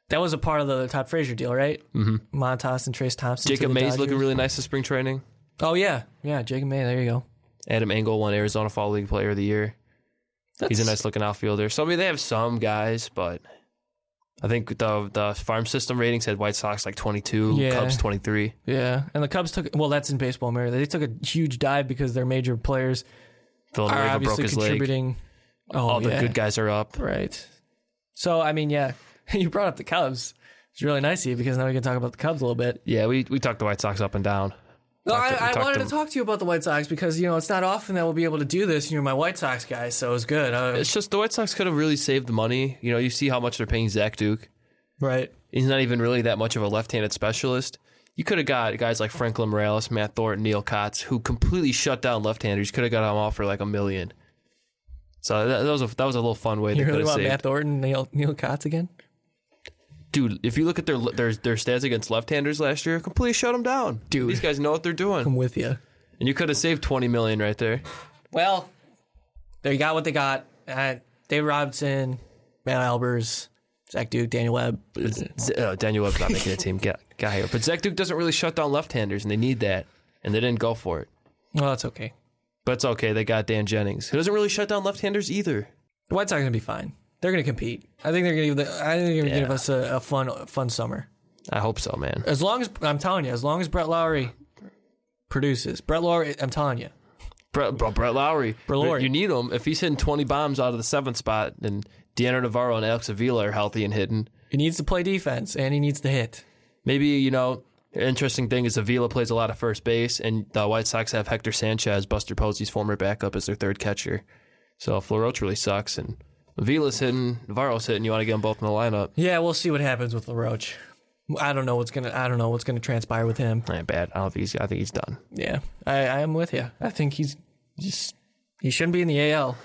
That was a part of the Todd Frazier deal, right? Mm-hmm. Montas and Trace Thompson. to Jacob the May's looking Dodgers. really nice this spring training. Oh yeah, yeah. Jacob May. There you go. Adam Engel won Arizona Fall League Player of the Year. He's a nice looking outfielder. So I mean they have some guys, but I think the the farm system ratings had White Sox like twenty two, Yeah. Cubs twenty three. Yeah, and the Cubs took. Well, that's in baseball, Mary. They took a huge dive because their major players are Villanueva broke obviously his leg. contributing. Oh, All the yeah. good guys are up. Right. So I mean, yeah, *laughs* you brought up the Cubs. It's really nice of you because now we can talk about the Cubs a little bit. Yeah, we, we talked the White Sox up and down. No, Talked to- I, I talked wanted to- to talk to you about the White Sox because you know it's not often that we'll be able to do this. You're my White Sox guy, so it's good. Uh, It's just the White Sox could have really saved the money. You know, you see how much they're paying Zach Duke. right. He's not even really that much of a left-handed specialist. You could have got guys like Franklin Morales, Matt Thornton, Neil Kotz, who completely shut down left-handers. Could have got them off for like a million. So that, that was a that was a little fun way they You really could have want saved. Matt Thornton, Neil Neil Kotz again? Dude, if you look at their their their stats against left-handers last year, completely shut them down. Dude. these guys know what they're doing, I'm with you. and you could have saved twenty million right there. Well, they got what they got. Uh, David Robinson, Matt Albers, Zach Duke, Daniel Webb. Z- uh, Daniel Webb's not making a team. Got got here, but Zach Duke doesn't really shut down left-handers, and they need that, and they didn't go for it. Well, that's okay. But it's okay. They got Dan Jennings, who doesn't really shut down left-handers either. The White Sox are gonna be fine. They're gonna compete. I think they're gonna give. The, I think they're gonna give us a, a fun a fun summer. I hope so, man. As long as I'm telling you, as long as Brett Lowry produces, Brett Lowry, I'm telling you, Brett, bro, Brett Lowry. Brett Lowry. You need him. If he's hitting 20 bombs out of the seventh spot and Deanna Navarro and Alex Avila are healthy and hitting, he needs to play defense and he needs to hit. maybe, you know, Interesting thing is Avila plays a lot of first base, and the White Sox have Hector Sanchez, Buster Posey's former backup, as their third catcher. So Floroch really sucks, and Avila's hitting, Navarro's hitting. You want to get them both in the lineup? Yeah, we'll see what happens with LaRoche. I don't know what's gonna. I don't know what's gonna transpire with him. Ain't bad. I don't think he's. I think he's done. Yeah, I, I am with you. I think he's just. He shouldn't be in the AL.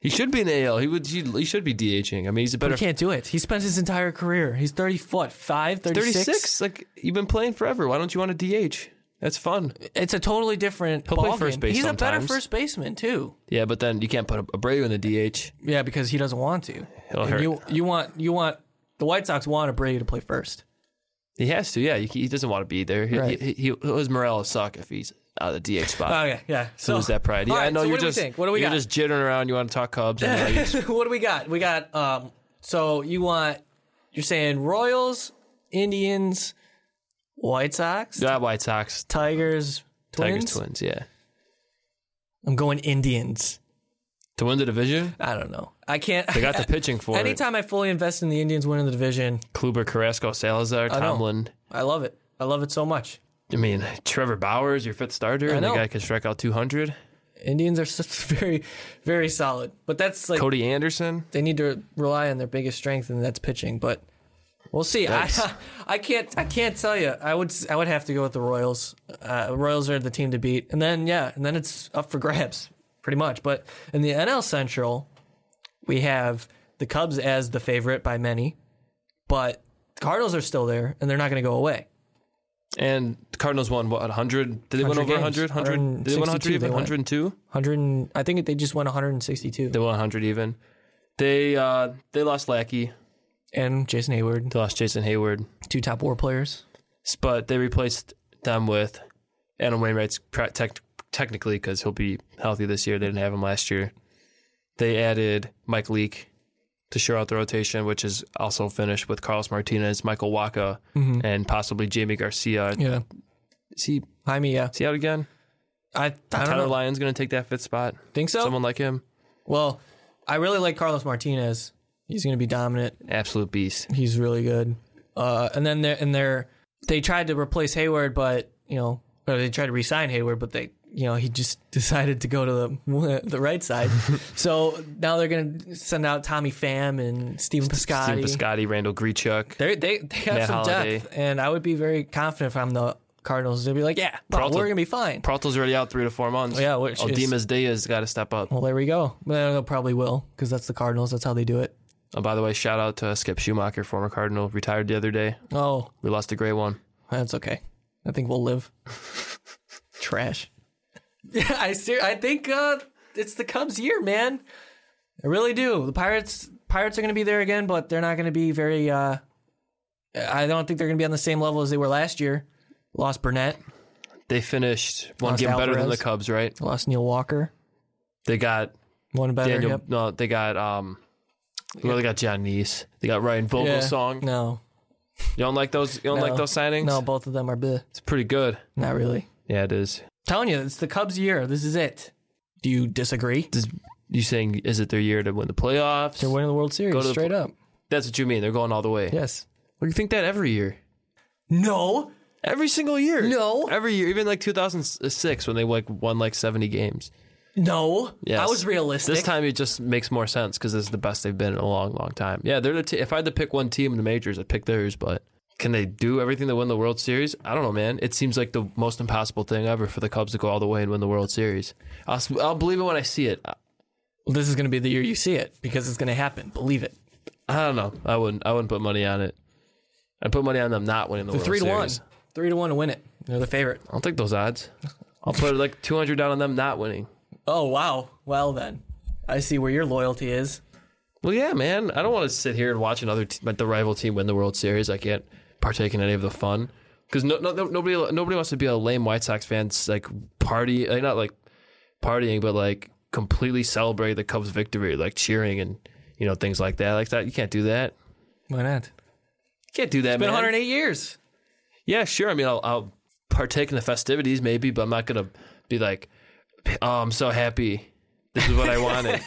He should be in the AL. He would. He, he should be DHing. I mean, he's a He better can't do it. He spent his entire career. He's thirty foot five, 36. 36. Like you've been playing forever. Why don't you want to DH? That's fun. It's a totally different. He'll play ballgame. first base He's a better sometimes. first baseman too. Yeah, but then you can't put Abreu in the DH. Yeah, because he doesn't want to. He'll And hurt. You you want you want the White Sox want Abreu to play first. He has to. Yeah, he, he doesn't want to be there. He, Right. he, he, his Morales suck if he's out of the DH spot. Okay, Oh, yeah. So lose that pride. Yeah, all right, I know so you're what do we just think? What do we you're got? just jittering around. You want to talk Cubs? and *laughs* now you just- what do we got? We got um so you want you're saying Royals, Indians, White Sox, Not White Sox, Tigers, Twins. Tigers, Twins. Yeah, I'm going Indians. to win the division, I don't know. I can't *laughs* they got the pitching for it. Anytime I fully invest in the Indians winning the division, Kluber, Carrasco, Salazar, know. Tomlin. I love it. I love it so much. I mean, Trevor Bauer is your fifth starter, and the know. guy can strike out 200. Indians are such *laughs* very, very solid. But that's like Cody Anderson. they need to rely on their biggest strength, and that's pitching. But we'll see. I, Thanks. *laughs* I can't. I can't tell you. I would. s- I would have to go with the Royals. Uh, Royals are the team to beat, and then yeah, and then it's up for grabs, pretty much. But in the NL Central, we have the Cubs as the favorite by many, but Cardinals are still there, and they're not going to go away. And the Cardinals won what 100? Did they win 100 over games. 100? 100? Did they win 162 100 they even? won. 102? Hundred. and- I think they just went 162, They won 100 even. They uh they lost Lackey. and Jason Hayward, They lost Jason Hayward, two top WAR players. but they replaced them with Adam Wainwright's pra- tec- technically because he'll be healthy this year. They didn't have him last year. They added Mike Leake to shore out the rotation, which is also finished with Carlos Martinez, Michael Waka, and possibly Jamie Garcia. Mm-hmm. Yeah. Is he I mean, yeah. is he out again? I, I don't Tyler know. Lyon's going to take that fifth spot. Think so? Someone like him, Well, I really like Carlos Martinez. He's going to be dominant. absolute beast. He's really good. Uh, and then they're, and they're, they tried to replace Hayward, but you know, or they tried to re-sign Hayward, but they, you know, he just *laughs* decided to go to the *laughs* the right side. so now they're going to send out Tommy Pham and Steven Piscotty. Steve Piscotty, Randall Grichuk. They're, they they got Matt some Holliday. depth, and I would be very confident if I'm the Cardinals. They'd be like, yeah, no, Peralta- we're going to be fine. Peralta's already out three to four months. Oh, Yeah, which is- Aldemus Diaz got to step up. Well, there we go. Well, They probably will because that's the Cardinals. That's how they do it. Oh, by the way, shout out to Skip Schumacher, former Cardinal, retired the other day. Oh, We lost a great one. That's okay. I think we'll *laughs* live. Trash. Yeah, I ser- I think uh, it's the Cubs' year, man. I really do. The Pirates Pirates are going to be there again, but they're not going to be very. Uh, I don't think they're going to be on the same level as they were last year. Lost Burnett. They finished one Lost game better than the Alvarez. Cubs, right? Lost Neil Walker. They got One better. Daniel. yep. No, they got um. Well, they got John Neese. They got Ryan Yeah. Vogelsong. No. You don't like those? You don't no. like those signings? No, both of them are bleh. it's pretty good. Not really. Yeah, it is. telling you, it's the Cubs' year. This is it. Do you disagree? Does, you saying is it their year to win the playoffs? They're winning the World Series to the straight pl- up. That's what you mean. They're going all the way. Yes. Well, you think that every year. No. Every single year. No. Every year, even like 2006 when they like won like 70 games. No, Yes. I was realistic. This time it just makes more sense because this is the best they've been in a long, long time. Yeah, they're the t- if I had to pick one team in the majors, I'd pick theirs. But can they do everything to win the World Series? I don't know, man. It seems like the most impossible thing ever for the Cubs to go all the way and win the World Series. I'll, s- I'll believe it when I see it. I, Well, this is going to be the year you see it because it's going to happen. Believe it. I don't know. I wouldn't. I wouldn't put money on it. I put money on them not winning the, The World three to one, Series. three to one to win it. They're the favorite. I'll take those odds. I'll put like 200 down on them not winning. Oh wow. Well then, I see where your loyalty is. Well, yeah, man. I don't want to sit here and watch another te- like the rival team win the World Series. I can't partake in any of the fun because no, no, no, nobody, nobody wants to be a lame White Sox fans like party, like not like partying, but like completely celebrate the Cubs' victory, like cheering and you know things like that. Like that, you can't do that. Why not? It's You can't do that, been man. 108 years. Yeah, sure. I mean, I'll, I'll partake in the festivities maybe, but I'm *laughs* not gonna be like, oh, I'm so happy. This is what I wanted.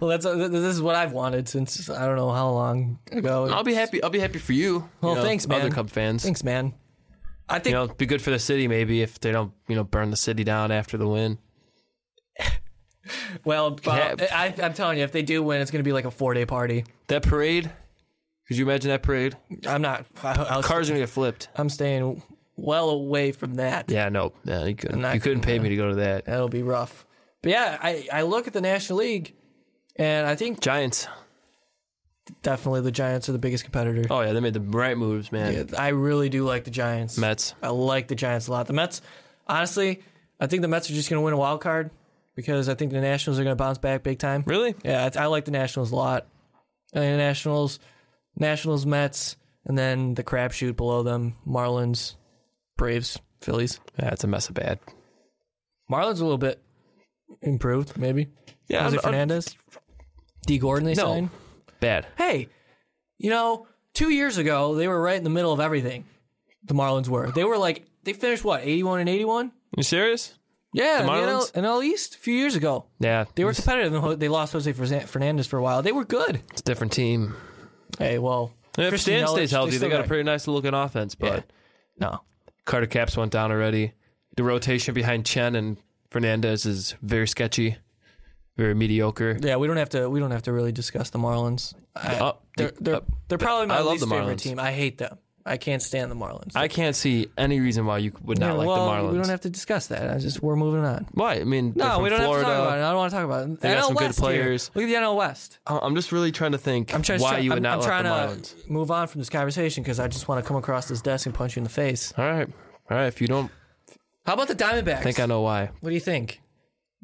well, that's uh, th- this is what I've wanted since I don't know how long ago. I'll be happy. I'll be happy for you. Well, you know, thanks, man. Other Cub fans. Thanks, man. I think You know, it'd be good for the city maybe if they don't, you know, burn the city down after the win. Well, Bob, Yeah. I, I'm telling you, if they do win, it's going to be like a four day party. That parade. Could you imagine that parade? I'm not. I, I was, Cars are gonna get flipped. I'm staying well away from that. Yeah, no, no, you couldn't. not You couldn't pay me to go to that. That'll be rough. But yeah, I, I look at the National League, and I think Giants. definitely the Giants are the biggest competitor. Oh yeah, they made the right moves, man. Yeah, I really do like the Giants. Mets. I like the Giants a lot. The Mets, honestly, I think the Mets are just going to win a wild card because I think the Nationals are going to bounce back big time. Really? Yeah, I, I like the Nationals a lot. I mean, the Nationals, Nationals, Mets, and then the crapshoot below them: Marlins, Braves, Phillies. Yeah, it's a mess of bad. Marlins a little bit improved, maybe. Yeah, Jose I'm- I'm- Fernandez, D. Gordon. They No. signed. Bad. Hey, you know, two years ago they were right in the middle of everything. The Marlins were. They were like they finished what eighty-one and eighty-one. You serious? Yeah, The in NL Marlins? in NL East a few years ago. Yeah, They were competitive. and Ho- They lost Jose Fernan- Fernandez for a while. They were good. It's a different team. Hey, well, If Christian Stan Yelich, stays healthy, they still got a got- pretty nice looking offense. But Yeah. no. Carter Caps went down already. The rotation behind Chen and Fernandez is very sketchy, very mediocre. Yeah, we don't have to. We don't have to really discuss the Marlins. I, Uh, Oh, they're they're, uh, they're probably my I love least the favorite Marlins. team. I hate them. I can't stand the Marlins. I can't see any reason why you would not Yeah, like well, the Marlins. We don't have to discuss that. I just we're moving on. why? I mean, they're No, from we don't Florida. have to talk about it. I don't want to talk about it. They NL got some good West here. players. Look at the NL West. I- I'm just really trying to think I'm trying to why you would I'm, not I'm like trying the Marlins. to move on from this conversation because I just want to come across this desk and punch you in the face. All right, all right. If you don't How about the Diamondbacks? think I know why, What do you think?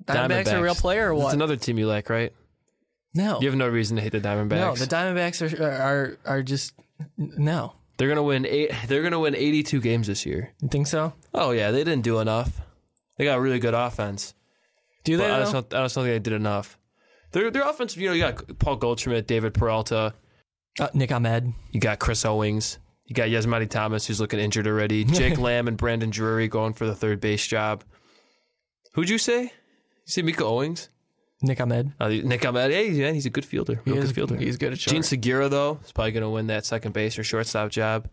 Diamondbacks, are a real player or It's what? another team you like, right? no, You have no reason to hate the Diamondbacks. no. The Diamondbacks are are are just n- no. they're gonna win eight. They're gonna win 82 games this year. You think so? Oh yeah, they didn't do enough. They got a really good offense. Do they? But I just though? don't, I just don't think they did enough. Their their offense, you know, you got Paul Goldschmidt, David Peralta, Uh, Nick Ahmed. you got Chris Owings, you got Yasmani Thomas, who's looking injured *laughs* already, Jake Lamb and Brandon Drury going for the third base job. Who'd you say? You say Mika Owings? Nick Ahmed. Uh, Nick Ahmed, hey, man, he's a good fielder. Real good fielder. He's good at Gene short. Segura, though, is probably going to win that second base or shortstop job.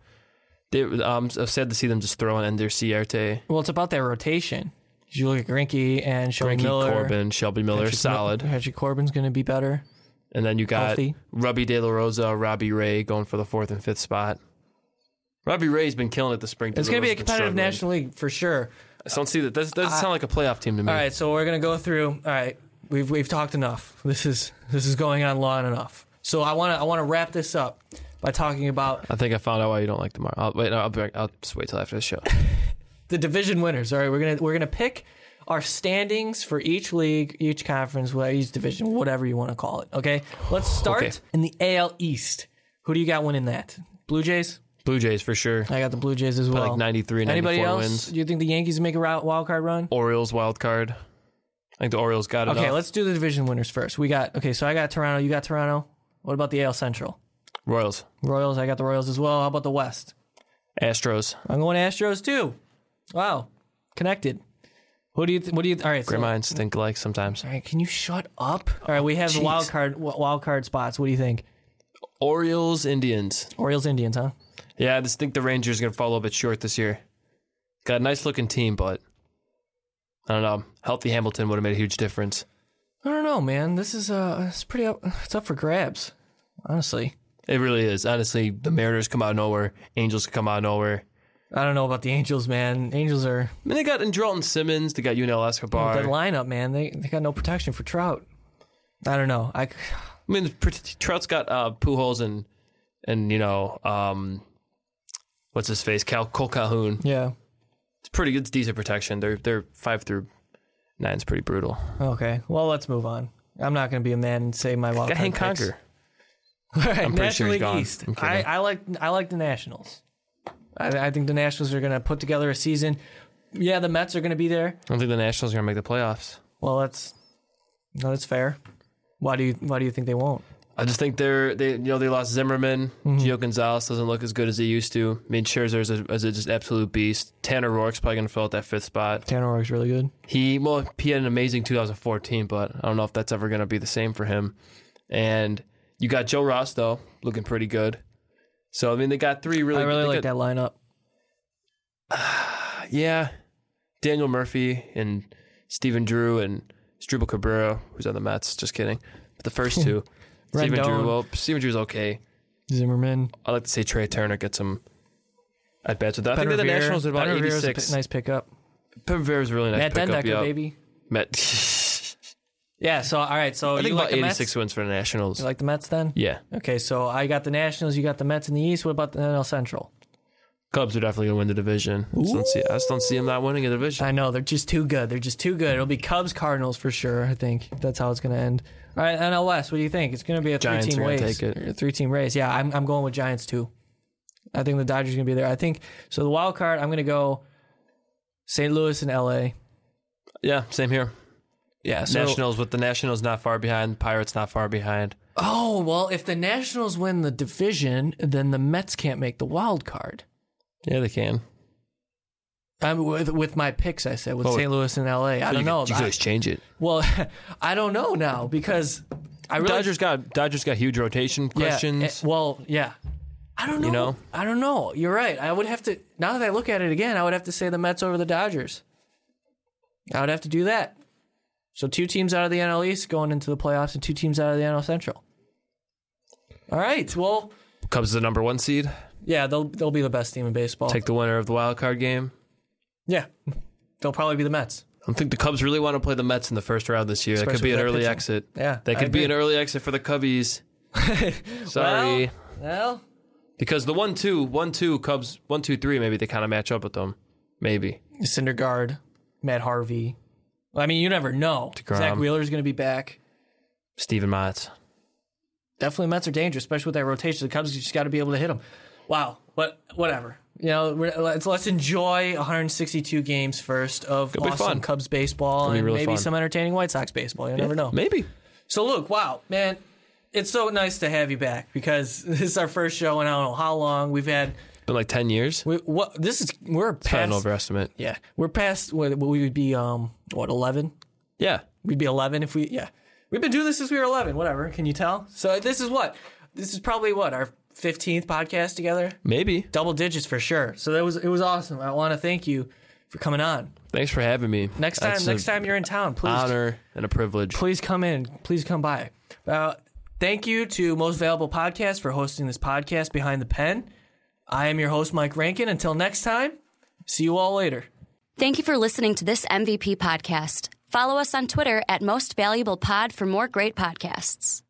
They, um, I'm sad to see them just throwing in their Cierte, Well, it's about their rotation. You look at Grinky and Shelby Frankie Miller. Corbin, Shelby Miller, Patrick- solid. Patrick Corbin's going to be better. And then you got Healthy. Robbie De La Rosa, Robbie Ray going for the fourth and fifth spot. Robbie Ray's been killing it this spring. It's De La going to be a Rosa's been competitive struggling. National League for sure. I just don't see that. That doesn't sound like a playoff team to me. All right, so we're going to go through. All right, we've we've talked enough. This is this is going on long enough. So I want to I want to wrap this up by talking about I think I found out why you don't like the Mar. I'll, wait, no, I'll, be, I'll just wait till after *laughs* the show. the division winners. All right, we're gonna we're gonna pick our standings for each league, each conference, wha- each division, whatever you want to call it. Okay, let's start Okay. in the AL East. Who do you got winning that? Blue Jays. Blue Jays for sure. I got the Blue Jays as well. like 93, Anybody 94 else? wins. Do you think the Yankees make a rou- wild card run? Orioles wild card. I think the Orioles got it. Okay, off. let's do the division winners first. We got okay, so I got Toronto. You got Toronto. What about the AL Central? Royals, Royals. I got the Royals as well. How about the West? Astros. I'm going Astros too. Wow, connected. Who do you? Th- what do you? all right. so, Great all minds think alike sometimes. right. Can you shut up? All right. We have the Jeez. wild card w- wild card spots. What do you think? Orioles, Indians. Orioles, Indians, huh? Yeah, I just think the Rangers are going to fall a little bit short this year. Got a nice looking team, but I don't know. Healthy Hamilton would have made a huge difference. I don't know, man. This is uh, it's pretty up. It's up for grabs, honestly. It really is. Honestly, the Mariners come out of nowhere. Angels come out of nowhere. I don't know about the Angels, man. Angels are I mean, they got Andrelton Simmons. They got Yunel Escobar. that lineup, man. They they got no protection for Trout. I don't know. I c- I mean, pr- Trout's got uh, Pujols and and you know um, what's his face, Cal Cole Calhoun. yeah. It's pretty good. It's decent protection. They're they're five through nine's pretty brutal. Okay. Well, let's move on. I'm not going to be a man and say my wild Got card Hank picks. Conker. All *laughs* right, pretty National sure he's League gone. East. I'm kidding. I, I like I like the Nationals. I, I think the Nationals are going to put together a season. Yeah, the Mets are going to be there. I don't think the Nationals are gonna make the playoffs. Well, that's no, that's fair. Why do you Why do you think they won't? I just think they're they you know they lost Zimmerman. Gio Gonzalez doesn't look as good as he used to. I mean Scherzer is a, is a just absolute beast. Tanner Rourke's probably going to fill out that fifth spot. Tanner Rourke's really good. He well he had an amazing 2014, but I don't know if that's ever going to be the same for him. And you got Joe Ross though looking pretty good. So I mean they got three really. I really they like that got- lineup. Yeah, Daniel Murphy and Stephen Drew and Struble Cabrera, who's on the Mets. Just kidding. But *laughs* the first two, Stephen Rendon. Drew. Well, Stephen Drew's okay. Zimmerman. I like to say Trey Turner gets some at bats with that. I Ben think that the Revere. Nationals are about Ben Revere's a 86. p- nice pickup. Ben Revere is a really nice Matt pickup. Dendecker, yeah. baby. Matt. *laughs* Yeah. So all right. So I think Oh, you about like the 86 Mets? wins for the Nationals. You like the Mets then? yeah, Okay. So I got the Nationals. You got the Mets in the East. What about the NL Central? Cubs are definitely gonna win the division. I just, don't see, I just don't see them not winning a division. I know they're just too good. They're just too good. It'll be Cubs Cardinals for sure. I think that's how it's going to end. All right, NL West. What do you think? It's going to be a Giants three-team are gonna race. take it. A three-team race. Yeah, I'm I'm going with Giants too. I think the Dodgers are going to be there. I think so. The wild card. I'm going to go St. Louis and LA. yeah, same here. Yeah. Nationals with the Nationals not far behind, Pirates not far behind. Oh well, if the Nationals win the division, then the Mets can't make the wild card. Yeah, they can. I'm with with my picks. I said with Oh. St. Louis and LA. I don't you know. Could, you I- guys change it. well, *laughs* I don't know now because I really Dodgers got Dodgers got huge rotation Yeah, questions. eh, well, yeah. I don't know. You know? I don't know. You're right. I would have to now that I look at it again, I would have to say the Mets over the Dodgers. I would have to do that. So two teams out of the NL East going into the playoffs and two teams out of the NL Central. All right. Well, Cubs is the number one seed. yeah, they'll they'll be the best team in baseball. Take the winner of the wild card game. yeah. They'll probably be the Mets. I don't think the Cubs really want to play the Mets in the first round this year. that could Especially be an with that early pitching. exit. Yeah, That I could be agree. an early exit for the *laughs* Cubbies. Sorry. Well, because the one two, one two Cubs, one two three, maybe they kind of match up with them. Maybe. Syndergaard, Matt Harvey. I mean, you never know. DeGrom. Zach Wheeler's going to be back. Steven Mott. definitely Mets are dangerous, especially with that rotation. The Cubs you just got to be able to hit them. Wow, but whatever. You know, we're- let's let's enjoy 162 games first of be awesome fun. Cubs baseball be and really maybe fun. some entertaining White Sox baseball. You never know. Maybe. So Luke, wow, man, it's so nice to have you back because *laughs* this is our first show, and I don't know how long we've had. Been like ten years. We, what this is? We're Kind of an past. overestimate. Yeah, we're past what what we would be. Um, what 11? Yeah. We'd be 11 if we, yeah. We've been doing this since we were 11, whatever. Can you tell? So this is what? This is probably what? Our 15th podcast together? Maybe. Double digits for sure. So that was, it was awesome. I want to thank you for coming on. Thanks for having me. Next time, That's next an time you're in town, please, Honor and a privilege. please come in. Please come by. Uh, thank you to Most Valuable Podcast for hosting this podcast behind the pen. I am your host, Mike Rankin. Until next time, see you all later. Thank you for listening to this MVP podcast. Follow us on Twitter at Most Valuable Pod for more great podcasts.